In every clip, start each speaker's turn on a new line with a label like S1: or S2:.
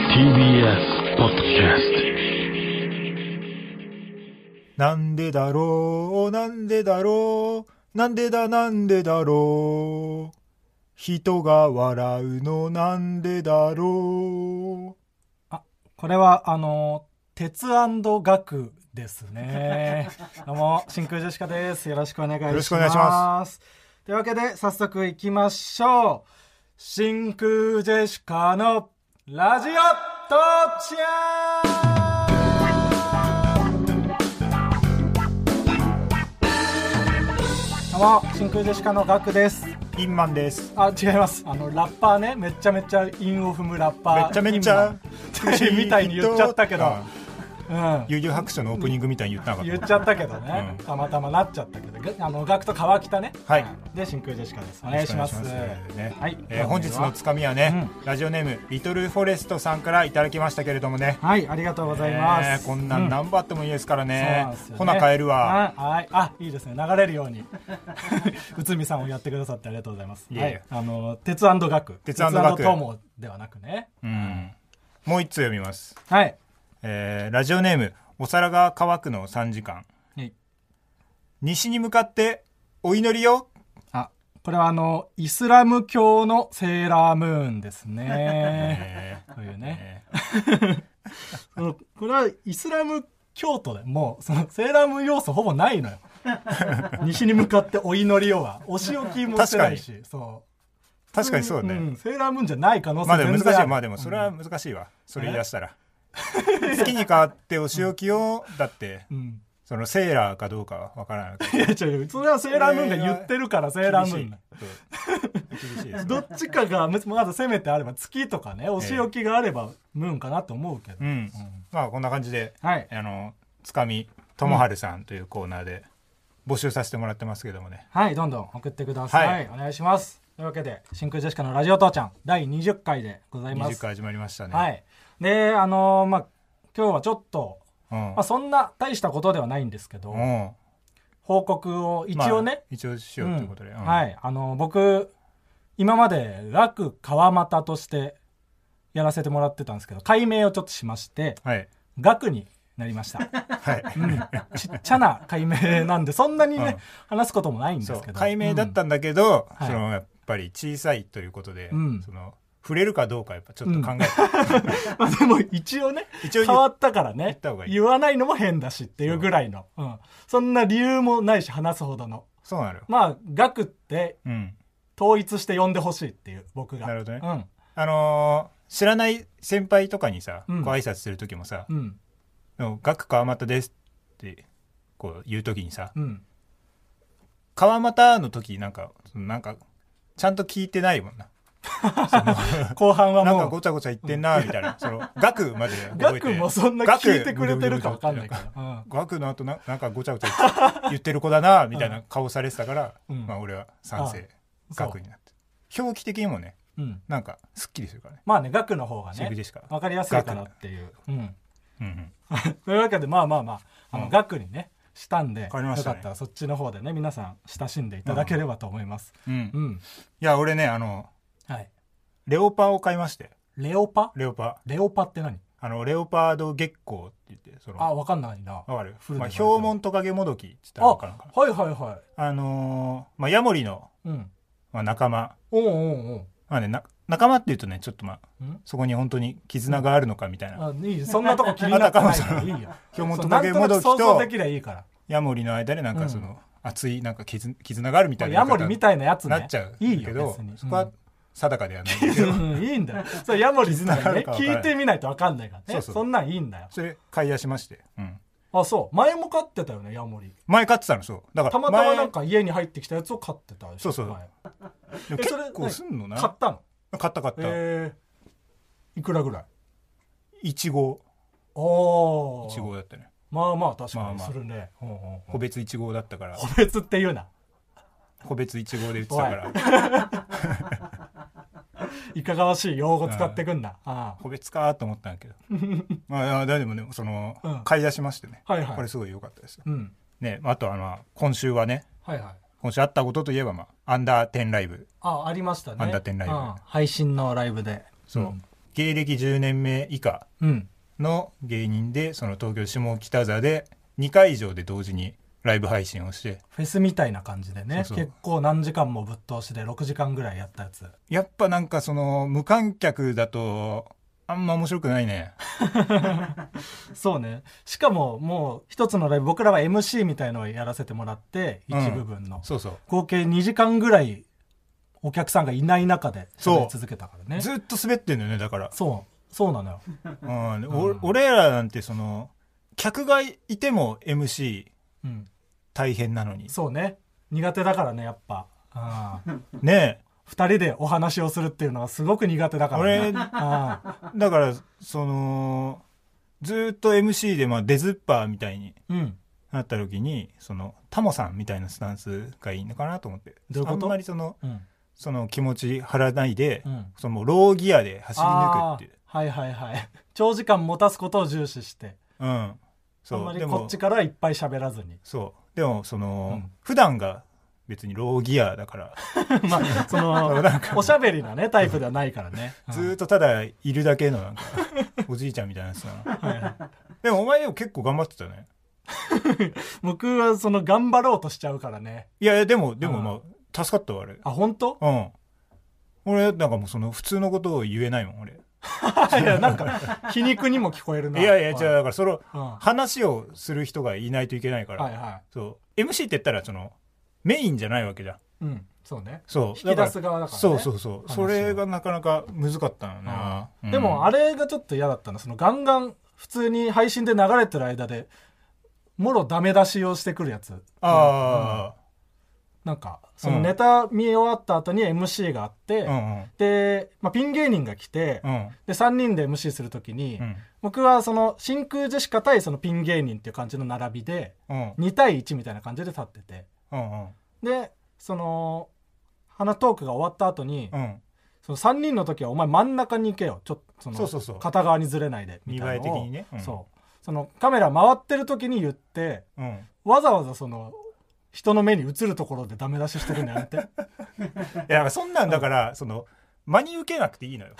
S1: TBS ポッドキャス
S2: なんでだろう、なんでだろう、なんでだなんでだろう。人が笑うのなんでだろう。
S3: これはあの鉄学ですね。 どうも真空ジェシカです。よろしくお願いします。。
S2: よろしくお願いします
S3: というわけで早速行きましょう。真空ジェシカのラジオトーチアどうも真空ジェシカのガクです。
S2: インマンです。
S3: あ違います。あのラッパーねめちゃめちゃ韻を踏むラッパー。
S2: めちゃめちゃ
S3: 今みたいに言っちゃったけ ど。
S2: あ
S3: うん。
S2: 悠々白書のオープニングみたいに言ったのかと
S3: 言
S2: 思
S3: っ
S2: っ
S3: ち
S2: た
S3: ゃったけどね、
S2: うん
S3: たまたまなっちゃったけどがあの学と川北ね
S2: はい
S3: で真空ジェシカですお願いします
S2: よろくお願いしますね
S3: はい
S2: えー本日のつかみはね、ラジオネームリトルフォレストさんからいただきましたけれどもね、
S3: はいありがとうございます、
S2: えーこんな
S3: うんん
S2: 何番あってもいいですから
S3: そう
S2: ね
S3: なんですよね
S2: ほな帰るわ、
S3: うんはいあいいですね流れるように 内海さんをやってくださってありがとうございます
S2: いえいえ
S3: はい、あの鉄学
S2: 鉄学
S3: 友ではなくね
S2: うん、もう一通読みます
S3: はい
S2: えーラジオネームお皿が乾くの3時間
S3: はい
S2: 西に向かってお祈りよ
S3: あこれはあのイスラム教のセーラームーンで すねというね
S2: え
S3: あのこれはイスラム教徒でもうそのセーラームーン要素ほぼない のよ西に向かってお祈りをはお仕置きもしてないしそ
S2: ー
S3: う
S2: 確かにそうね、
S3: んセーラームーンじゃない可能性
S2: まあでも
S3: 全然
S2: 難し
S3: あ
S2: い
S3: る
S2: まあでもそれは難しいわ、それ言い出したら好きに変わってお仕置きをだって
S3: うん、
S2: そのセーラーかどうかは分からないけど
S3: いや違うそれはセーラームーンが言ってるからセーラームーンだ
S2: 厳しいそう厳しいです
S3: どっちかがむまだせめてあれば月とかねお仕置きがあればムーンかなと思うけど、
S2: うん、まあこんな感じで
S3: はい
S2: あのつかみともはるさんというコーナーで募集させてもらってますけどもね
S3: はいどんどん送ってください、
S2: はい
S3: お願いしますというわけで真空ジェシカのラジオ父ちゃん第20回でございま
S2: 20
S3: す
S2: 回始まりましたね、
S3: はい。で、あのーまあ、今日はちょっと、
S2: うん
S3: まあ、そんな大したことではないんですけど、
S2: うん
S3: 報告を一応ね
S2: まあ、一応しようということで、
S3: う
S2: うんん
S3: はい。あのー僕、今まで楽川又としてやらせてもらってたんですけど、改名をちょっとしまして、
S2: はい
S3: 楽になり ました。
S2: はい
S3: うんちっちゃな改名なんで、そんなにね、話すこともないんで
S2: そう
S3: すけど。
S2: 解明だったんだけど、
S3: うん
S2: そのやっぱり小さいということで、
S3: うん
S2: その触れるかどうかやっぱちょっと考えて、
S3: うんまあでも一応ね、
S2: 一応
S3: 変わったからね
S2: った方がいい
S3: 言わないのも変だしっていうぐらいの、うん、そんな理由もないし話すほどの
S2: そうなのよ、
S3: まあ額って
S2: うん、
S3: 統一して呼んでほしいっていう僕が
S2: なるほどね
S3: ね
S2: あのー知らない先輩とかにさ、
S3: うん
S2: こう挨拶する時もさ
S3: うんうん
S2: 「でも学川又です」ってこう言う時にさ
S3: うん
S2: 「川又」の時なんかそのなんかちゃんと聞いてないもんな
S3: 後半は
S2: なん
S3: も
S2: か
S3: う
S2: ごちゃごちゃ言ってんなみたいな、その学まで 覚えて
S3: 額もそんな聞いてくれてるか分かんないから、
S2: 学の後ななんかごちゃごち ゃ言ってる子だなみたいな顔されてたから、
S3: うん
S2: まあ俺は賛
S3: あ
S2: 成学になって表記的にもね
S3: うんうん、
S2: なんかすっきりするからね
S3: まあね額の方が
S2: シェフ
S3: ね
S2: ジェシカ
S3: 分かりやすいからっていう、うん、
S2: うんうん
S3: というわけでまあまあまああの、
S2: うん
S3: 額にねしたんで
S2: かりまし
S3: よ
S2: た
S3: か
S2: ね
S3: ったらそっちの方でね皆さん親しんでいただければと思います、
S2: うん
S3: うん
S2: いや俺ねあの
S3: はい
S2: レオパを買いまして
S3: レオパ
S2: レオパ
S3: レオパって何
S2: あのレオパード月光って言ってその
S3: あ、わかんないな。
S2: わかる、
S3: フル
S2: ま
S3: で
S2: あ、
S3: 書い
S2: ヒ
S3: てある
S2: ョウモントカゲモドキって言った
S3: あ、
S2: らわかるかな
S3: はいはいは
S2: あのーまあ、ヤモリの、
S3: い。うん。
S2: まあ、仲間
S3: おうおうおう。
S2: まあねな仲間っていうとねちょっとまあ
S3: うん
S2: そこに本当に絆があるのかみたいな、
S3: あ、いいよそんなとこ気になってないからいいよ。
S2: ヒョウモン
S3: そ
S2: ト
S3: うな
S2: カ
S3: ん
S2: ゲ
S3: とな
S2: モド
S3: く
S2: キ
S3: 想像
S2: と
S3: できりゃいいから。
S2: ヤモリの間でなんかその、
S3: うん
S2: 熱いなんか絆絆があるみたいな
S3: ヤモリみたいなやつ
S2: に
S3: ね。
S2: なっちゃう
S3: いい
S2: け
S3: よ、
S2: ど
S3: 別に。
S2: そこは定かではない んだけ
S3: う
S2: ど、
S3: ん、うんいいんだよ。それヤモリってね、
S2: 絆があるかわからない
S3: 聞いてみないとわかんないからね。
S2: そうそう
S3: そんなんいいんだよ。
S2: それ買い出しまして、うん
S3: あ、そう。前も飼ってたよね、ヤモリ。
S2: 前買ってたのそうだから
S3: たまたま
S2: 前
S3: なんか家に入ってきたやつを飼ってたでしょ
S2: そうそう
S3: 前
S2: でも
S3: えそれ
S2: 結構すんのな
S3: 買ったの。
S2: 買った買った、
S3: えー、いくらぐらい
S2: いちご
S3: お
S2: いち
S3: ー。
S2: ごだったね
S3: まあまあ確
S2: ま
S3: か
S2: あ
S3: に
S2: まあ
S3: するね。うんうんうん
S2: 個別いちごだったから
S3: 個別っていうな。
S2: 個別いちごで売ってたから
S3: いかがわしい用語使ってくんな。あ
S2: 個別かと思ったんだ けどまあいやでもねその、
S3: うん
S2: 買い出しましてね、
S3: はいはい
S2: これすごい良かったですよ
S3: あ。うん。
S2: ねあとあの今週はね
S3: はいはい。
S2: 今週あったことといえば、まあ、アンダーテンライブ
S3: あ、ありましたね。
S2: アンダーテンライブ
S3: うん配信のライブで。
S2: そう、
S3: ん
S2: 芸歴10年目以下
S3: うん
S2: の芸人でその東京下北沢で2回以上で同時にライブ配信をして
S3: フェスみたいな感じで
S2: そ
S3: ね
S2: うそう
S3: 結構何時間もぶっ通しで6時間ぐらいやったやつ
S2: やっぱなんかその無観客だとあんま面白くないね
S3: そうねしかももう一つのライブ僕らは MC みたいのをやらせてもらって
S2: うん
S3: 一部分の、
S2: そうそう
S3: 合計2時間ぐらいお客さんがいない中で喋り続けたからね
S2: ずっと滑ってんだよねだから、
S3: そうそうなのよ
S2: うん、お俺らなんてその客がいても MC
S3: うん
S2: 大変なのに
S3: そうね苦手だからねやっぱうん
S2: ね
S3: 二人でお話をするっていうのはすごく苦手だからね
S2: 俺えだからそのずっと MC でまあ出ずっぱみたいに
S3: うんうん
S2: なった時にそのタモさんみたいなスタンスがいいのかなと思って
S3: どういうこと
S2: あんまりその
S3: うん
S2: その気持ち張らないで、
S3: うん
S2: そのローギアで走り抜
S3: あ
S2: くっていう、
S3: ーはいはいはい 長時間持たすことを重視して
S2: うん、
S3: あ
S2: そ
S3: んま
S2: う
S3: り
S2: で
S3: こ
S2: も
S3: っちからはいっぱい喋 らずに
S2: そうでもその、
S3: うん
S2: 普段が別にローギアだから
S3: まあそのおしゃべりなねタイプではないからね
S2: ずーっとただいるだけの なんかおじいちゃんみたいなやつだな
S3: うんはいはい
S2: でもお前でも結構頑張ってたよね
S3: 僕はその頑張ろうとしちゃうからね
S2: いやいやでもで
S3: う
S2: も
S3: ん
S2: まあ助かったわあれ
S3: あ本当
S2: うん俺なんかもうその普通のことを言え ないもん俺
S3: いやなんか皮肉にも聞こえるない
S2: いやいやじゃあだからその
S3: うんは
S2: 話をする人がいないといけないか
S3: い
S2: ら、
S3: は
S2: そう MC って言ったらそのメインじゃないわけじゃん
S3: いうんそうね
S2: そう
S3: 引き出す側だからね
S2: そうそうそう
S3: 話を
S2: それがなかなか難かったのな、
S3: でもあ
S2: れ
S3: れがちょっと嫌だったのそのガンガン普通に配信で流れてる間でもろダメ出しをしてくるやつ
S2: あ
S3: なんかその
S2: うん
S3: ネタ見終わった後に MC があって、
S2: あうんうん
S3: で、まあ、ピン芸人が来て、
S2: うん
S3: で3人で MC する時に、
S2: うん
S3: 僕はその真空ジェシカ対そのピン芸人っていう感じの並びで
S2: うん
S3: 2対1みたいな感じで立ってて
S2: うん
S3: でその花トークが終わった後に、
S2: うん
S3: その3人の時はお前真ん中に行けよちょっとその
S2: そうそうそう
S3: 片側にずれないでみたいなのを
S2: 見栄え的にねうん
S3: そうそのカメラ回ってる時に言って
S2: うん
S3: わざわざその人の目に映るところでダメ出ししてるのやめて
S2: いやだからそんなんだからその真に受けなくて いいのよ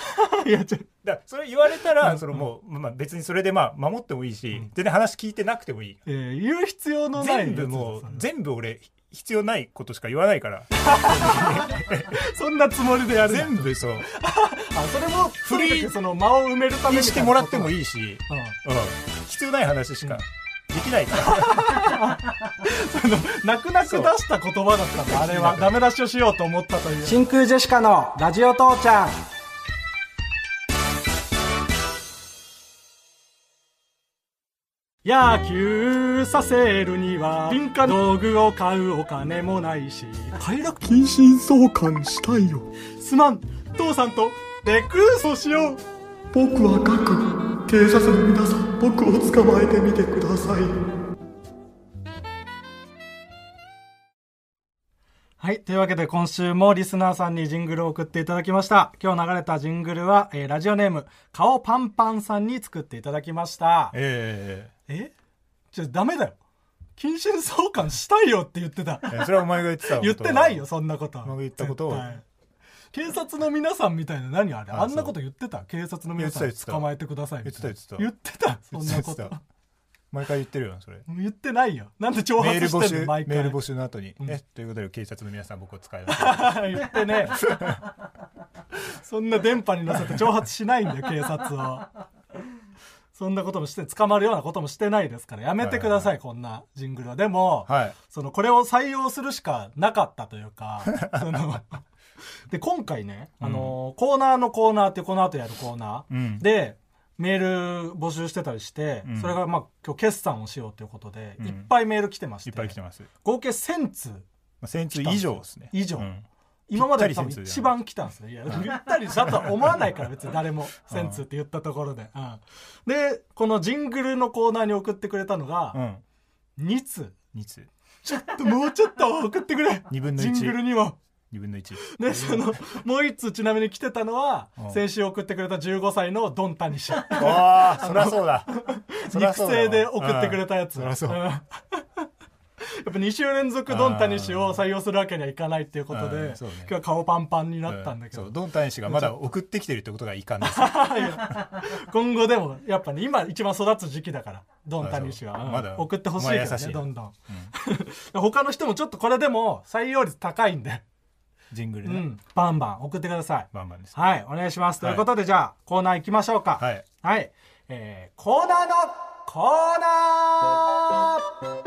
S3: いやちょ
S2: だからそれ言われたらそのもう、まあ、別にそれでまあ守ってもいいし、全然話聞いてなくてもいい
S3: えー言う必要のない
S2: 全部もう
S3: やつだ
S2: 全部俺必要ないことしか言わないから
S3: そんなつもりでやる
S2: 全部そう
S3: あそれも
S2: フ
S3: 古
S2: リー
S3: いその間を埋めるため
S2: 見
S3: に
S2: してもらっても
S3: い、
S2: いいし、
S3: うん
S2: うん、必要ない話しかできないから
S3: 泣く泣く出した言葉だったんだあれはダメ出しをしようと思ったという
S4: 真空ジェシカのラジオ父ちゃん
S3: 野球させるには敏感道具を買うお金もないし快楽謹慎相関したいよすまん父さんとレクーソしよう
S5: 僕は各警察の皆さん僕を捕まえてみてください
S3: はい。というわけで今週もリスナーさんにジングルを送っていただきました。今日流れたジングルは、えーラジオネーム、顔パンパンさんに作っていただきました。
S2: え
S3: えちょ、ダメだよ。謹慎相関したいよって言ってた。
S2: えそれはお前が言ってたこと
S3: 言ってないよ、そんなことは。
S2: お前が言ったことを
S3: 絶対警察の皆さんみたいな何あれ
S2: あ
S3: あんなこと言ってた警察の皆さ
S2: 言っ
S3: ん
S2: てた言ってた
S3: 捕まえてくださいみたいな
S2: 言ってた
S3: 言
S2: 言
S3: ってたそんな
S2: 言
S3: こ
S2: って
S3: と
S2: た毎回言ってるよなそれ
S3: 言ってないよなんで挑
S2: メール
S3: 発
S2: 募
S3: してん
S2: 集
S3: の毎回
S2: メール募集の後に、
S3: ん
S2: えということで警察の皆さん僕を使い ます
S3: 言ってねそんな電波に乗せて挑発しないんだよ警察をそんなこともして捕まるようなこともしてないですからやめてください、こんなジングルはでも、
S2: はい
S3: そのこれを採用するしかなかったとい うかそので今回ね、あのコーナーのコーナーってこの後やるコーナー、
S2: うん
S3: でメール募集してたりして、
S2: ん
S3: それがまあ今日決算をしようということで、
S2: ん
S3: いっぱいメール来てまし
S2: い
S3: て
S2: っぱい来てます、ま
S3: 合計1000通
S2: あ、1000通以上ですね
S3: 以上
S2: うん
S3: 今まで
S2: ぴ
S3: で多
S2: った
S3: 分
S2: り
S3: 一番来たんですね。いや、ぴったりしたとは思わないから、別に 誰も、センツって言ったところで。うんで、このジングルのコーナーに送ってくれたの
S2: う
S3: が、
S2: ん
S3: 2通。
S2: 2通
S3: ちょっと、もうちょっと送ってくれ
S2: 二分の
S3: ジ
S2: 一
S3: ングルには。
S2: 2分の1
S3: で、その、もう1通ちなみに来てたのは
S2: う、ん
S3: 先週送ってくれた15歳のドンタニシ。
S2: ああそりゃそうだそりゃ
S3: 肉
S2: そうだわ
S3: 声で送ってくれたやつ。
S2: うんそりゃそう
S3: うんぱ2週連続ドンタニシを採用するわけにはいかないっていうこと
S2: う
S3: で、
S2: んそうね
S3: 今日は顔パンパンになったんだけど、
S2: そうドンタニシがまだ送ってきてるってことがいかん ですよ
S3: 今後でもやっぱね今一番育つ時期だからドンタニシは、
S2: あそう
S3: うん
S2: まだ
S3: 送ってほしいけ
S2: お前
S3: ど
S2: 優しい
S3: ね
S2: な
S3: どんどん、 他の人もちょっとこれでも採用率高いんで、
S2: ジングル
S3: う
S2: ね、
S3: ん、バンバン送ってください
S2: バンバンです
S3: はいお願いします、
S2: はい
S3: ということでじゃあコーナー行きましょうか
S2: はい、
S3: はいえーコーナーのコーナー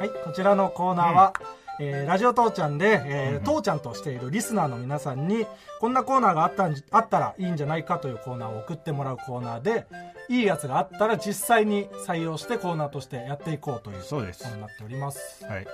S3: はい、こちらのコーナーは、えーラジオ父ちゃんで、えー父ちゃんとしているリスナーの皆さんに、こんなコーナーがあったんじあったらいいんじゃないかというコーナーを送ってもらうコーナーで、いいやつがあったら実際に採用してコーナーとしてやっていこうという
S2: そうです
S3: ものになっております。
S2: はい、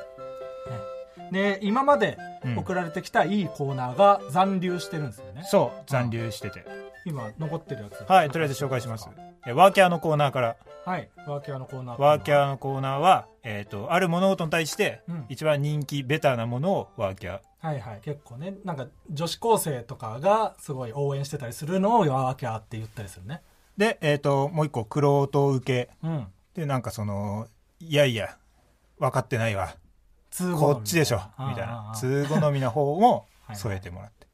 S3: で、今まで
S2: うん
S3: 送られてきたいいコーナーが残留してるんですよね。
S2: そう残留してて
S3: 今残ってるやつ。
S2: はいとりあえず紹介しますえワーキャーのコーナーから
S3: はい、ワーキャーのコーナー
S2: ワーキャ
S3: ー。
S2: ーのコーナーは、えー、とある物事に対して
S3: うん
S2: 一番人気ベターなものをワーキャー
S3: はいはい、結構ね、なんか女子高生とかがすごい応援してたりするのをワーキャーって言ったりするね。
S2: で、えー、ともう一個クロート受
S3: うん。
S2: けでなんかそのいやいや分かってないわ
S3: 通好み
S2: こっちでしょみたい
S3: あああ
S2: な
S3: あ
S2: 通好みの方も
S3: はい
S2: 添えてもらって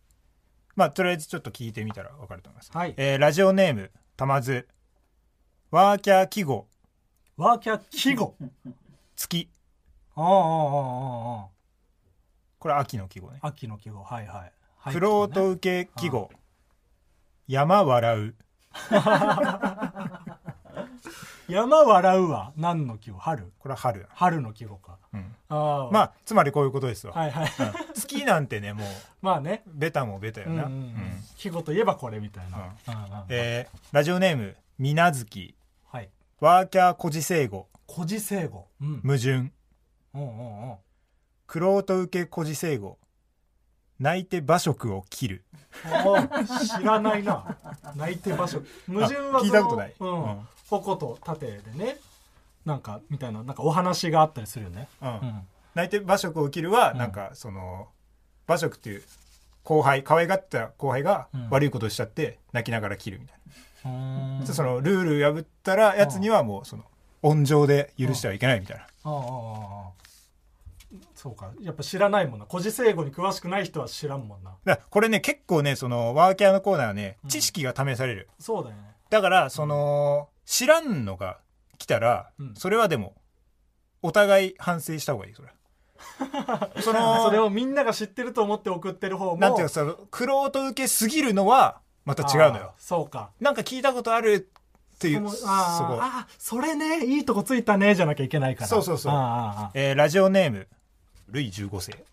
S2: まあとりあえずちょっと聞いてみたら分かると思います、
S3: はい
S2: えーラジオネームたまずワーキャー記号
S3: ワーキャー季語。
S2: 月
S3: あああああああ
S2: これ秋の記号ね
S3: あ秋の季語、はいはい。はい
S2: クロート受け記号、山笑う
S3: 山笑うは何の季語春。
S2: これは春だ、
S3: 春の季語か。
S2: うん
S3: ああ。
S2: まあつまりこういうことですわ、
S3: はいはい。
S2: うん月なんてねもう
S3: まあね。
S2: ベタもベタよ
S3: うんうん
S2: な、
S3: うん季語といえばこれみたいな。うんうん
S2: えーラジオネームみなずき
S3: はい。
S2: ワーキャー孤児生語
S3: 古事聖語。うん。
S2: 矛盾
S3: うんうんうん。
S2: クロート受け孤児生語泣いて馬食を切る
S3: お知らないな泣いて場所矛盾はその
S2: 聞いたことない
S3: うん
S2: うん
S3: 矛と盾でねなんかみたいななんかお話があったりするよね、
S2: うん
S3: うん、
S2: 泣いて馬食を切るは
S3: うん
S2: なんかその馬食っていう後輩可愛がってた後輩が
S3: うん
S2: 悪いことをしちゃって泣きながら切るみたい
S3: うん
S2: な、そのルール破ったらやつにはもうその温情で許してはいけないみたいな、
S3: ああああああそうかやっぱ知らないもんな古事聖語に詳しくない人は知らんもんな
S2: だからこれね結構ねそのワーキャーのコーナーはね知識が試される、
S3: そうだよね
S2: だからその知らんのが来たら、
S3: うん
S2: それはでもお互い反省した方がいいそれはその
S3: それをみんなが知ってると思って送ってる方も
S2: なんていうかそのクロート受けすぎるのはまた違うの
S3: ああ
S2: よ
S3: そうか
S2: なんか聞いたことあるっていう
S3: もう
S2: そ
S3: あ
S2: こ
S3: あああそれねいいとこついたねじゃなきゃいけないから
S2: そうそうそう
S3: ああああ
S2: えーラジオネームルイ15世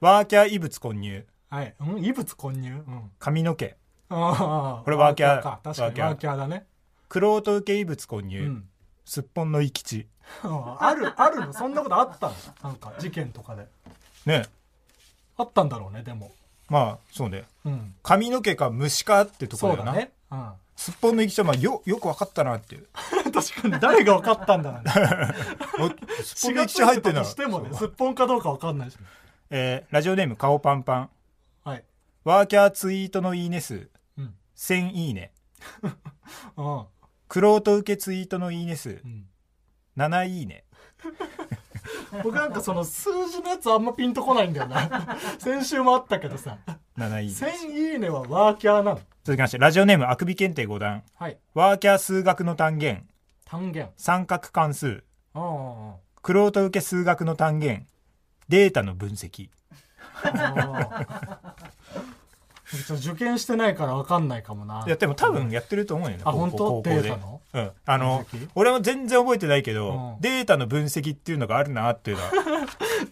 S2: ワーキャー異物混入
S3: ああはい、うん、異物混入、うん、
S2: 髪の毛
S3: ああ
S2: これワーキャー
S3: か確かにワ
S2: ワ
S3: ー
S2: ー
S3: キ
S2: キ
S3: ャーだね
S2: クロート受け異物混
S3: う
S2: 入、
S3: ん
S2: すっぽんの生き地
S3: あるあるのそんなことあったのなんか事件とかで
S2: ね
S3: あったんだろうねでも
S2: まあそうね
S3: うん
S2: 髪の毛か虫かってとこ
S3: そ
S2: ろ
S3: う
S2: だよ
S3: だ
S2: な
S3: ね、うん、
S2: すっぽんの生き地はまあよよく分かったな っていう
S3: 確かに誰が分かったんだろうね
S2: おすっぽんの生
S3: 血がつ
S2: き地入
S3: い
S2: ってて
S3: た
S2: んだ
S3: としてもねすっぽんかどうか分かんないし
S2: えーラジオネーム顔パンパン
S3: はい
S2: ワーキャーツイートのいいね数
S3: うん
S2: 1000いいね
S3: うん
S2: クロート受けツイートのいいね数
S3: うん
S2: 7いいね
S3: 僕なんかその数字のやつあんまピンとこないんだよな 先週もあったけどさ
S2: 7いいね
S3: 1000いいねはワーキャーなの
S2: 続きましてラジオネームあくび検定5段
S3: はい
S2: ワーキャー数学の単元
S3: 単元
S2: 三角関数
S3: うんうんうん
S2: クロート受け数学の単元データの分析
S3: あーちょっと受験してないから分かんないかもない
S2: やでも多分やってると思うよね
S3: あ
S2: 高校
S3: 本当
S2: 高校で
S3: データの
S2: うんあの
S3: 分析
S2: 俺は全然覚えてないけど、
S3: うん
S2: データの分析っていうのがあるなっていう のは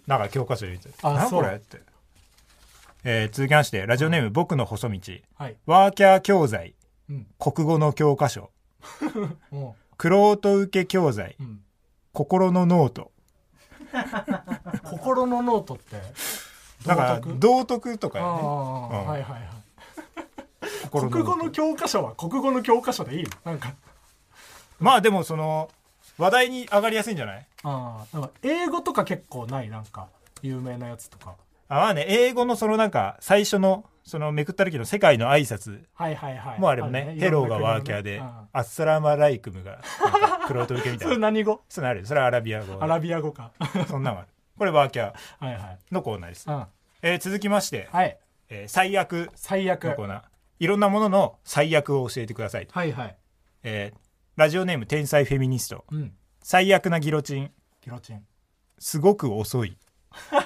S2: なんか教科書で見て
S3: あ
S2: なん
S3: そう
S2: これって、えー続きましてラジオネーム僕の細道
S3: はい
S2: ワーキャー教材
S3: うん
S2: 国語の教科書
S3: も
S2: クロート受け教材
S3: う、うん、
S2: 心のノート
S3: 心のノートって
S2: だから
S3: 道徳
S2: 道徳とか
S3: あ
S2: よね
S3: あ、
S2: うん
S3: はいはいはい
S2: 心
S3: 国
S2: ノ
S3: 語の
S2: ート
S3: 教科書は国語の教科書でいいのなんか
S2: まあでもその話題に上がりやすいんじゃない
S3: ああなんか英語とか結構ないなんか有名なやつとか
S2: あまあね英語のそのなんか最初のそのめくった時の世界の挨拶
S3: はいはいはい。
S2: もあれもね「ヘロー」がワーキャーで「アッサラマライクム」がなんかクロート受けみた
S3: そ
S2: い
S3: れ
S2: な
S3: 何語
S2: そんなのあるよそれはアラビア語
S3: アラビア語か。 は
S2: そんなのあるこれワーキャー
S3: いはい。
S2: のコーナーです
S3: う、ん。
S2: えー続きまして、
S3: はい。
S2: えー最悪
S3: 最悪
S2: の。コーナーいろんなものの最悪を教えてくださいと、
S3: はいはい。
S2: えーラジオネーム天才フェミニスト
S3: うん。
S2: 最悪なギロチン
S3: ギロチン。
S2: すごく遅いう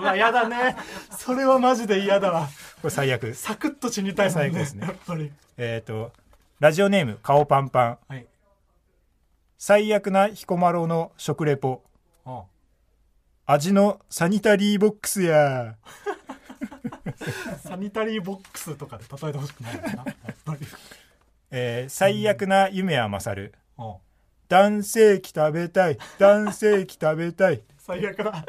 S3: わ、やだね。それはマジで嫌だわ。
S2: これ最悪
S3: サクッと死にたいもん
S2: 最悪ですね
S3: やっぱり。
S2: えっ、とラジオネーム顔パンパン
S3: はい。
S2: 最悪な彦摩呂の食レポ
S3: うん。
S2: 味のサニタリーボックスや
S3: サニタリーボックスとかで例えてほしくないよな。やっぱり。
S2: えー最悪な夢は勝る
S3: うん。
S2: 男性器食べたい男性器食べたい
S3: 最悪だ。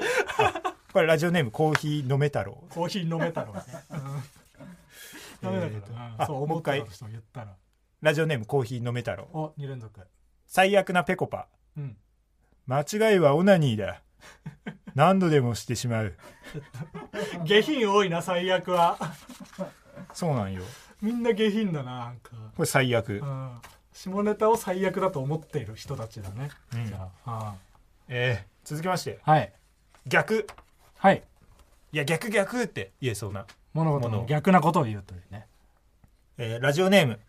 S2: これラジオネームコーヒー飲め太郎
S3: コーヒー飲めたらね。ダメだから。うん
S2: あ
S3: そう、
S2: も
S3: 思
S2: う
S3: っ
S2: 一
S3: た
S2: 回
S3: 人言ったら。
S2: ラジオネームコーヒー飲め太郎
S3: お、二連続。
S2: 最悪なペコパ
S3: うん。
S2: 間違いはオナニーだ何度でもしてしまう
S3: 下品多いな、最悪は。
S2: そうなんよ
S3: みんな下品だな、なんか。
S2: これ最悪
S3: うん。下ネタを最悪だと思っている人たちだね。
S2: うん
S3: じゃあ。
S2: えー続きまして
S3: うんはい。
S2: 逆
S3: はい。
S2: いや逆逆って言えそうな、
S3: 物事
S2: 物
S3: の
S2: を
S3: 逆なことを言うというね。
S2: えーラジオネーム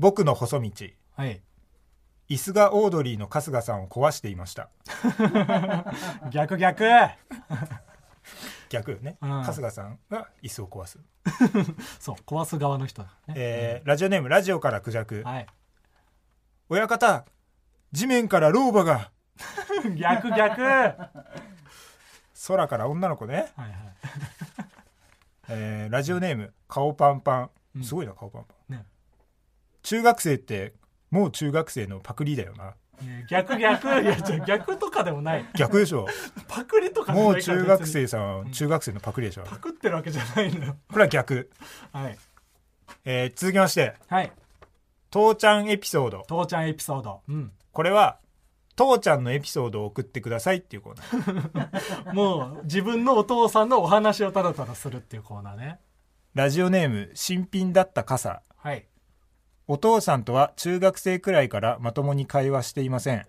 S2: 僕の細道
S3: はい。
S2: 椅子がオードリーの春日さんを壊していました
S3: 逆逆
S2: 逆よね、
S3: うん
S2: 春日さんが椅子を壊す、
S3: そう、壊す側の人だね。
S2: えーラジオネームラジオからクジャク
S3: はい。
S2: 親方地面から老婆が
S3: 逆逆 はい
S2: 空から女の子ね、
S3: はい。
S2: えーラジオネーム顔パンパ
S3: う
S2: ン
S3: ん
S2: すごいな顔パンパン、
S3: ね
S2: 中学生ってもう中学生のパクリだよない
S3: や逆逆いや、じゃ逆とかでもない。
S2: 逆でしょ
S3: パクリとかじゃ
S2: も
S3: な
S2: う
S3: いから
S2: 中学
S3: 別
S2: 生
S3: に
S2: さんは中学生のパクリでしょこ
S3: パクってるわけじゃないんだよ。
S2: れは逆、
S3: はい。
S2: えー続きまして
S3: はい。
S2: 父ちゃんエピソード
S3: 父ちゃんエピソード。うん。
S2: これは父ちゃんのエピソードを送ってくださいっていうコーナー
S3: もう自分のお父さんのお話をただただするっていうコーナーね。
S2: ラジオネーム新品だった傘
S3: はい。
S2: お父さんとは中学生くらいからまともに会話していません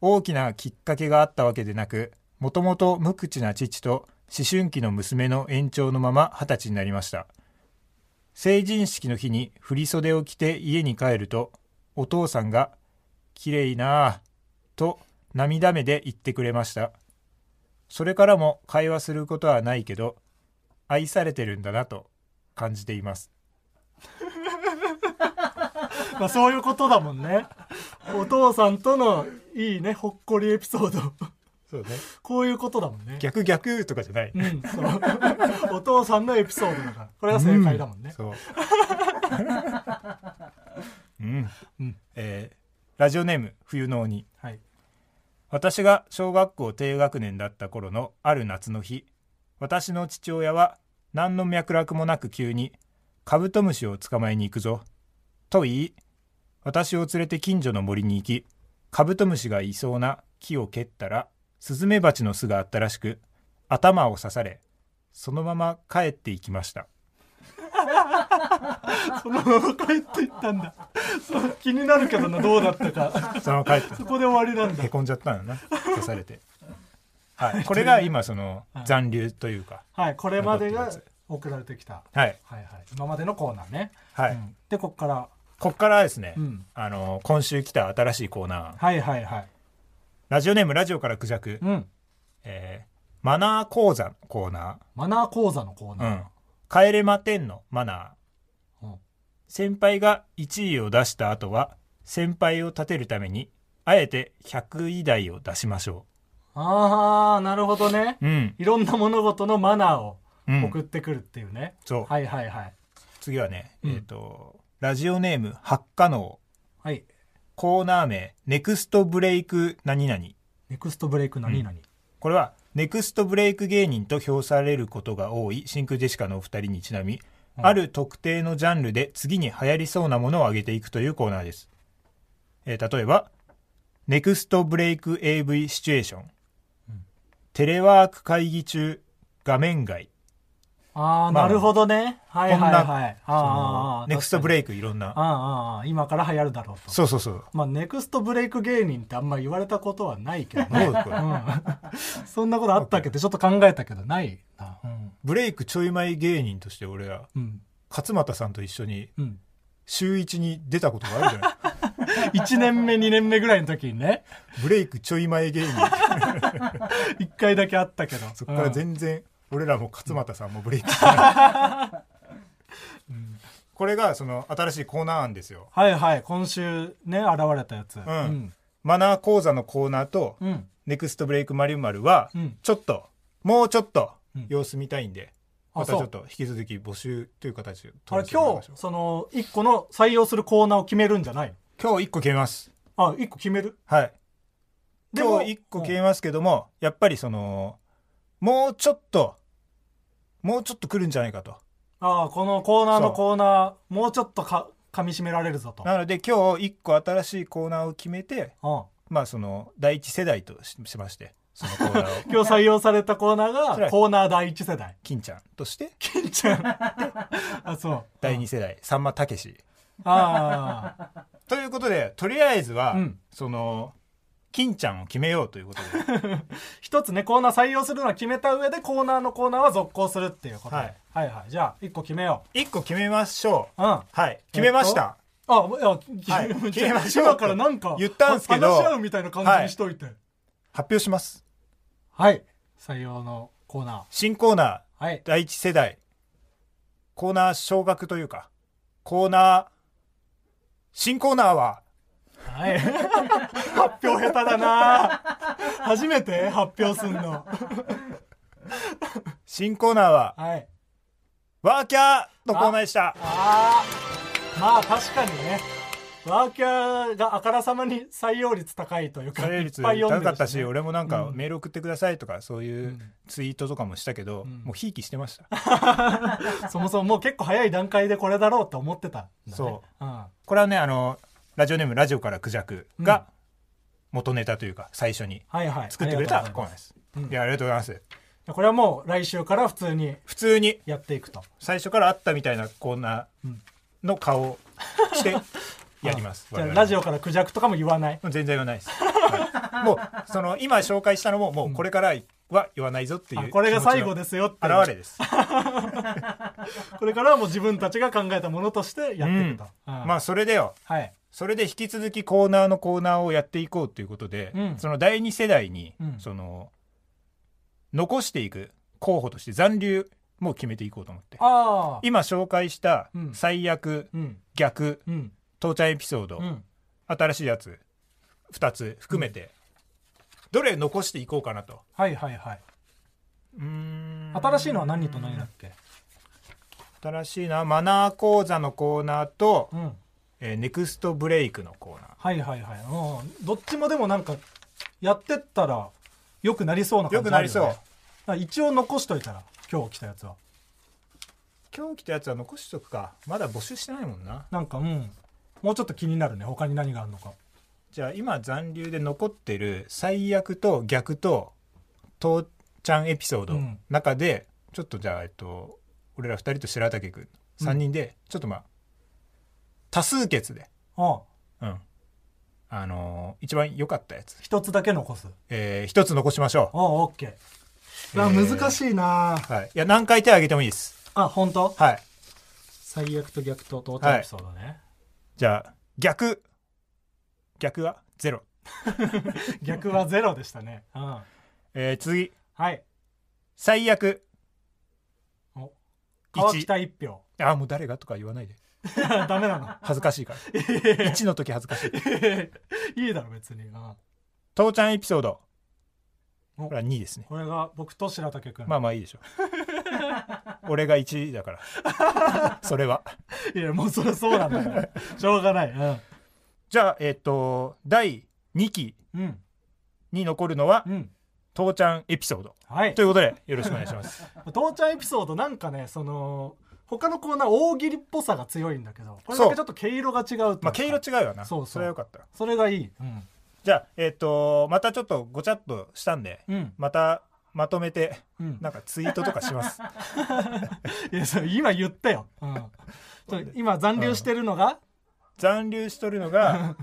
S2: 大きなきっかけがあったわけでなくもともと無口な父と思春期の娘の延長のまま二十歳になりました成人式の日に振り袖を着て家に帰るとお父さんが「綺麗なあ」と涙目で言ってくれましたそれからも会話することはないけど愛されてるんだなと感じています
S3: まあそういうことだもんね。お父さんとのいいね、ほっこりエピソード。
S2: そうね
S3: こういうことだもんね。
S2: 逆逆とかじゃない
S3: うん、そう。お父さんのエピソードだから。これは正解だもんね。
S2: そう。うん。
S3: うん
S2: えーラジオネーム冬の鬼。
S3: はい。
S2: 私が小学校低学年だった頃のある夏の日、私の父親は何の脈絡もなく急にカブトムシを捕まえに行くぞと言い、私を連れて近所の森に行き、カブトムシがいそうな木を蹴ったらスズメバチの巣があったらしく、頭を刺され、そのまま帰っていきました。
S3: そのまま帰っていったんだ。そう気になるけどな、どうだったか。
S2: そのまま帰って
S3: そこで終わりなん だ
S2: へ。こんじゃったのな刺され て、はい、これが今その残留というか
S3: はい、これまで
S2: 残っ
S3: が
S2: てるや
S3: 送られてきた。
S2: はい
S3: はいはい。今までのコーナーね。
S2: はい、
S3: うんで、こっから。
S2: こっからですね、
S3: うん
S2: あの今週来た新しいコーナー
S3: はいはいはい。
S2: ラジオネームラジオからクジャク、
S3: うん。
S2: えーマナー講座のコーナ
S3: マナー講座のコー
S2: ー、う
S3: ナー。
S2: ん、帰れま10のマナー
S3: うん。
S2: 先輩が1位を出した後は先輩を立てるためにあえて100位台を出しましょ
S3: ああ、なるほどね。
S2: ううん
S3: いろんな物事のマナーを
S2: うん
S3: 送ってくるっていうね。
S2: そう
S3: はいはいはい。
S2: 次はね、
S3: うん
S2: えっ、とラジオネーム発火能
S3: はい。
S2: コーナー名ネクストブレイク何々
S3: ネクストブレイク何々。
S2: これはネクストブレイク芸人と評されることが多い真空ジェシカのお二人にちなみ、
S3: うん
S2: ある特定のジャンルで次に流行りそうなものを挙げていくというコーナーです、えー例えばネクストブレイク AV シチュエーション、テレワーク会議中画面外
S3: ああ、
S2: まあ
S3: なるほどね。はいはい
S2: こん
S3: はい。あ
S2: そ
S3: ああ
S2: の
S3: あ、
S2: ネクストブ
S3: イ
S2: レイクいろんな
S3: ああああ、今から流行るだろうと。
S2: そうそうそう
S3: まあ、ネクストブレイク芸人ってあんま言われたことはないけど
S2: どう
S3: ね。
S2: これ
S3: うん そんなことあったっけってちょっと考えたけど、ないな。うん。
S2: ブレイクちょい前芸人として俺は
S3: うん。
S2: 勝俣さんと一緒に
S3: うん。
S2: 週一に出たことがあるじ ゃない
S3: 1年目、2年目ぐらいの時にね、
S2: ブレイクちょい前芸人
S3: 1回だけあったけど。
S2: そっから全然俺らも勝俣さんもブレイクしてない、うんこれがその新しいコーナー案ですよ。
S3: はいはい、今週ね、現れたやつ。うん
S2: マナー講座のコーナーと
S3: うん。
S2: ネクストブレイクまるまるは
S3: うん
S2: ちょっともうちょっと
S3: うん
S2: 様子見たいんで、
S3: あ
S2: またちょっ
S3: そ
S2: と引き続き募集という形で
S3: あ
S2: 取ら
S3: れ
S2: せてもらい
S3: 今
S2: まし
S3: 日
S2: ょう、
S3: その、1個の採用するコーナーを決めるんじゃない
S2: 今日1個決めます
S3: あ、1個決める
S2: はい
S3: でも
S2: 今日1個決めますけども、やっぱりそのもうちょっともうちょっと来るんじゃないかと
S3: ああ、このコーナー
S2: そ
S3: の
S2: う
S3: コーナー、もうちょっとか、噛み締められるぞと。
S2: なので今日1個新しいコーナーを決めて
S3: うん。
S2: まあその第一世代とししましてそのコーナーを
S3: 今日採用されたコーナ
S2: そ
S3: ー
S2: れ
S3: が、コーナー第一世 代。
S2: 金ちゃんと して
S3: 金ちゃん。あ、そう。
S2: 第二世代さんまたけし
S3: ああ。
S2: ということでとりあえずは、
S3: うん
S2: その金ちゃんを決めようという ことで
S3: 一つね、コーナー採用するのは決めた上で、コーナーのコーナーは続行するっていうことで。
S2: は
S3: はいい、はいはいじゃあ、一個決めよ
S2: 1個決めましょ
S3: う。うん。あ
S2: う、はい決めました、
S3: いや、決
S2: はい決めましょう
S3: 今からなんか、
S2: 言ったんすけど
S3: 話し合うみたいな感じにしといて。はい。
S2: 発表します
S3: 採用のコーナ
S2: 新コーナー
S3: ー。はい。
S2: 第一世代コーナー昇格というかコーナー新コーナーは
S3: はい。発表下手だな初めて発表すんの。
S2: 新コーナーは
S3: はい。
S2: ワーキャーのコーナーでした
S3: ああまあ確かにねワーキャーがあからさまに採用率高いというか
S2: 採用率
S3: いっぱい読
S2: 高
S3: んで
S2: かっ
S3: る
S2: た
S3: しね、
S2: し俺もなんか
S3: うん
S2: メール送ってくださいとかそういううんツイートとかもしたけど
S3: ん
S2: もうひいきしてました
S3: そもそももう結構早い段階でこれだろうって思ってたんだね、
S2: そう
S3: ん、あ
S2: これはねあのラジオネームラジオからクジャクが元ネタというか最初に
S3: はいはい
S2: 作ってくれ
S3: あ
S2: た
S3: りがと
S2: コ
S3: う
S2: ーナ
S3: ござ
S2: ー
S3: いま
S2: です
S3: うん
S2: いやありがとうございます
S3: すこれはもう来週から普通に
S2: 普通に
S3: やっていくと
S2: 最初からあったみたいなコーナーの顔をしてやります
S3: あじゃ
S2: 我々
S3: あ
S2: は
S3: ラジオからクジャクとかも言わない
S2: もう全然言わないです、はいもうその今紹介したのももうこれからは言わないぞっていう、
S3: あこれが最後ですすよっていう
S2: 現れです、
S3: これからはもう自分たちが考えたものとしてや
S2: う
S3: ってい
S2: ん
S3: くと、うん
S2: まあそれでよ
S3: はい
S2: それで引き続きコーナーのコーナーをやっていこうということで、
S3: うん
S2: その第二世代に、
S3: うん
S2: その残していく候補として残留も決めていこうと思って
S3: ああ
S2: 今紹介した
S3: うん
S2: 最悪、
S3: うん
S2: 逆
S3: うん
S2: 父ちゃんエピソード、
S3: うん
S2: 新しいやつ2つ含めて、どれ残していこうかなと
S3: はいはいはい
S2: うん
S3: 新しいのは何と何だっけ
S2: 新しいなマナー講座のコーナーと、
S3: うん
S2: えーネクストブレイクのコーナー
S3: はいはいはい、うん、どっちもでもなんかやってったらよくなりそうな
S2: よ
S3: 感
S2: く
S3: じあ
S2: な
S3: る
S2: り
S3: よ、ね、
S2: そう
S3: だから一応残しといたら今日来たやつは
S2: 今日来たやつは残しとくかまだ募集してないもんな
S3: なんかうんもうちょっと気になるね他に何があるのか
S2: じゃあ今残留で残ってる最悪と逆と父ちゃんエピソード
S3: う
S2: の
S3: ん
S2: 中で、ちょっとじゃあえっと俺ら2人と白竹君3人で、ちょっとまあ多数決で
S3: あ
S2: う
S3: あ
S2: んあのー一番良かったやつ、
S3: 一つだけ残す
S2: え1つ残しましょ
S3: ああオッケー、
S2: えー
S3: あ難しいなあ
S2: うはいいや何回手挙げてもいいです
S3: あ本当
S2: はい
S3: 最悪と逆とトータルエピソードね、
S2: じゃあ逆逆はゼロ、
S3: 逆はゼロでしたねうん
S2: えー次
S3: はい
S2: 最悪
S3: お川
S2: 1
S3: 北一票
S2: あもう誰がとか言わないで
S3: ダメなの
S2: 恥ずかしいから 1の時恥ずかしい
S3: いいだろ別に、うん
S2: 父ちゃんエピソード
S3: お
S2: これは2ですね
S3: これが僕と白竹君、
S2: まあまあいいでしょう俺が1だから それはい
S3: やもうそりゃそうなんだからしょうがないうん
S2: じゃあえっ、と第2期
S3: うん。
S2: に残るのは
S3: うん。
S2: 父ちゃんエピソード
S3: はい
S2: とい。うことでよろしくお願いします
S3: 父ちゃんエピソードなんかね、その、他のコーナー大喜利っぽさが強いんだけど、これだけちょっと毛色が違うというか
S2: まあ毛色違うよな
S3: そうそう
S2: れはよかった
S3: それがいい。うん。
S2: じゃあえっ、とまたちょっとごちゃっとしたんで、
S3: うん。
S2: またまとめて
S3: うん
S2: なんかツイートとかします。
S3: いやそれ今言ったよ、うんちょ今残留してるのが、
S2: 残留しとるの が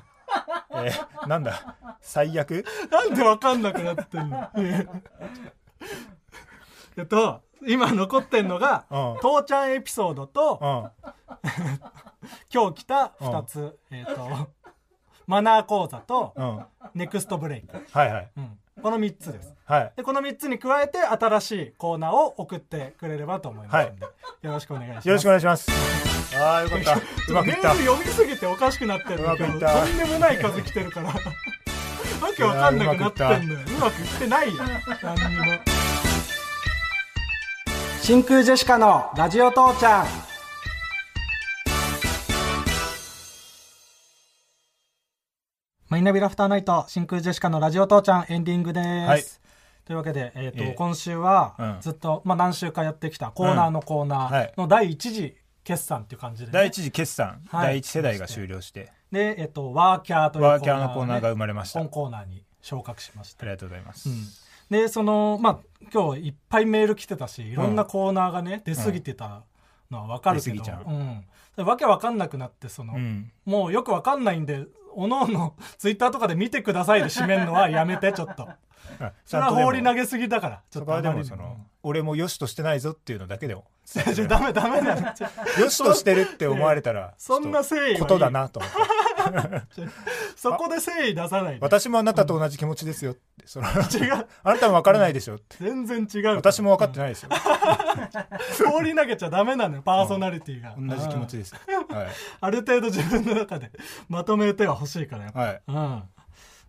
S2: えーなんだ最悪
S3: なんでわかんなくなってんのえっと今残ってんのが
S2: うん
S3: 父ちゃんエピソードと
S2: うん
S3: 今日来た2つえっとマナー講座と
S2: うんは
S3: ネクストブレイク、
S2: いはい
S3: うんこの3つです
S2: はい
S3: でこの3つに加えて新しいコーナーを送ってくれればと思いますので、よろしくお願いします
S2: よろしくお願いします。ああよか ったうまくいった。
S3: メール読みすぎておかしくなってるんだけど
S2: うまくいった
S3: とんでもない数来てるからわけわかんなくなってんのようまくいってないよ何にも
S4: 真空ジェシカのラジオ父ちゃん
S3: マイナビラフターナイト真空ジェシカのラジオ父ちゃんエンディングです、
S2: はい
S3: というわけで、えーと
S2: ええ
S3: 今週は
S2: うん
S3: ずっと、まあ、何週かやってきたコーナーのコーナ
S2: うんはい
S3: ーの第一次決算っていう感じでね、
S2: 第一次決算、
S3: はい
S2: 第一世代が終了して
S3: で、えー、とワーキャーという
S2: ワーキャーのコーナーが生
S3: ね
S2: まれました。
S3: 本
S2: あ
S3: コーナーに昇格しました
S2: りがとうございます。
S3: でそのまあ今日いっぱいメール来てたしいろんなコーナーがね、出過ぎてたのは分かるけ
S2: 出
S3: ど、
S2: 過ぎちゃう
S3: うんでわけ分かんなくなってその、
S2: うん
S3: もうよく分かんないんでおのおのツイッターとかで見てくださいで締めるのはやめてち ょっと
S2: あち
S3: そ
S2: ゃ
S3: れ
S2: ん
S3: は
S2: とでも
S3: 放り投げすぎだからち
S2: そ
S3: ょ
S2: こ
S3: っ
S2: とは
S3: あ
S2: で
S3: ま
S2: も
S3: り
S2: その俺もよしとしてないぞっていうのだけで も
S3: じゃダメダメ だよちょ
S2: よしとしてるって思われたら
S3: そんな誠意はいい
S2: ちょっとことだなと 思って
S3: そこで誠意出さないで
S2: 私もあなたと同じ気持ちですよってその
S3: 違う
S2: あなたも分からないでしょって
S3: 全然違うから
S2: 私も分かってないですよ
S3: 放り投げちゃダメなのよパーソナリティが、
S2: 同じ気持ちですはい
S3: ある程度自分の中で まとめては欲しいからやっぱ、
S2: はい
S3: うん。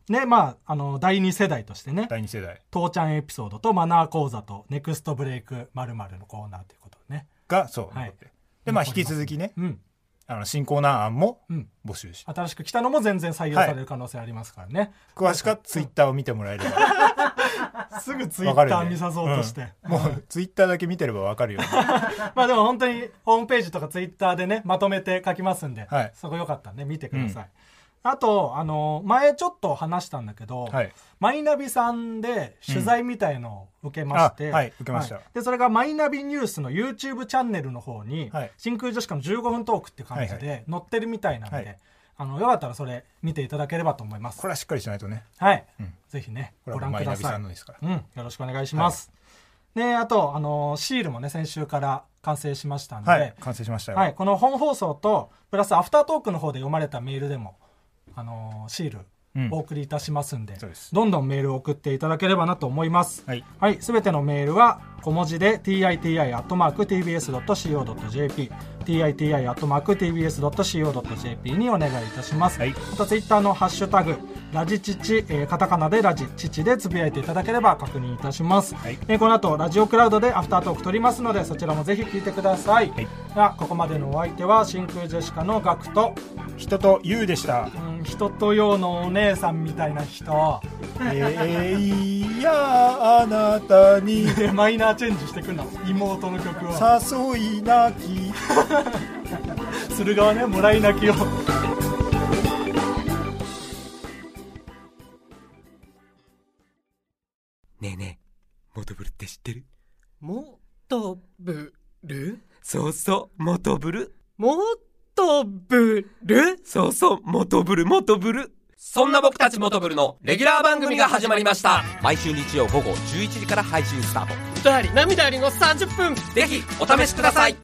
S3: ね、まあ、あの、第二世代としてね、
S2: 第二世代
S3: 父ちゃんエピソードとマナー講座とネクストブレイク〇〇のコーナーということでね。
S2: がそう
S3: はい
S2: 残ってでまあ引き続きね
S3: うん。
S2: あの新コーナー案も
S3: うん。
S2: 募集して
S3: 新しく来たのも全然採用される可能性ありますか らね。
S2: 詳しくはツイッターを見てもらえれば
S3: すぐツイ
S2: 分か
S3: ッ
S2: る
S3: タ
S2: よ
S3: ー
S2: ね
S3: 見さそうとして。
S2: うんもうツイッターだけ見てれば分かる よね
S3: まあでも本当にホームページとかツイッターでね、まとめて書きますんで、
S2: はい
S3: そこよかったんで見てください。あと、あの、前ちょっと話したんだけど、
S2: はい
S3: マイナビさんで取材みたいのを受けまして、
S2: うんあはい受けました
S3: でそれがマイナビニュースの YouTube チャンネルの方に、
S2: はい
S3: 真空女子科の15分トークっていう感じ
S2: はい
S3: で載ってるみたいなので、
S2: はい
S3: あのよかったらそれ見ていただければと思います
S2: これはしっかりしないとね
S3: はい、
S2: ん
S3: ぜひね
S2: これ
S3: ご
S2: はもう
S3: 覧
S2: マイナ
S3: くだ
S2: ビ
S3: さ
S2: さ
S3: い
S2: んのですから
S3: うん、よろしくお願いします、であと、あのシールもね先週から完成しましたんで、
S2: はい完成しましたよ
S3: はい、この本放送とプラスアフタートークの方で読まれたメールでも、あのーシール
S2: うん
S3: お送りいたしますんで,、
S2: そうです
S3: どんどんメールを送っていただければなと思います
S2: はい
S3: すべてのメールは小文字で titi.tbs.co.jp titi.tbs.co.jp にお願いいたします、
S2: はい
S3: またツイッターのハッシュタグラジチチ、えーカタカナでラジチチでつぶやいていただければ確認いたします、
S2: はい
S3: えーこの後ラジオクラウドでアフタートーク撮りますのでそちらもぜひ聞いてください、
S2: はい
S3: ではここまでのお相手は真空ジェシカのガクと、
S2: 人と YOU でした
S3: うん、人と用のお姉さんみたいな人
S2: えいやあなたに
S3: でマイナーチェンジしてくんの妹の曲を
S2: 誘いなき
S3: する側ねもらい泣きを
S6: ねえねえ、モトブルって知ってる
S7: もとぶる
S6: そうそう、モトブル。
S7: もとぶる
S6: そうそう、モトブル、モトブル。
S8: そんな僕たちモトブルのレギュラー番組が始まりました。
S6: 毎週日曜午後11時から配信スタート。
S7: 歌あり涙ありの30分
S8: ぜひお試しください。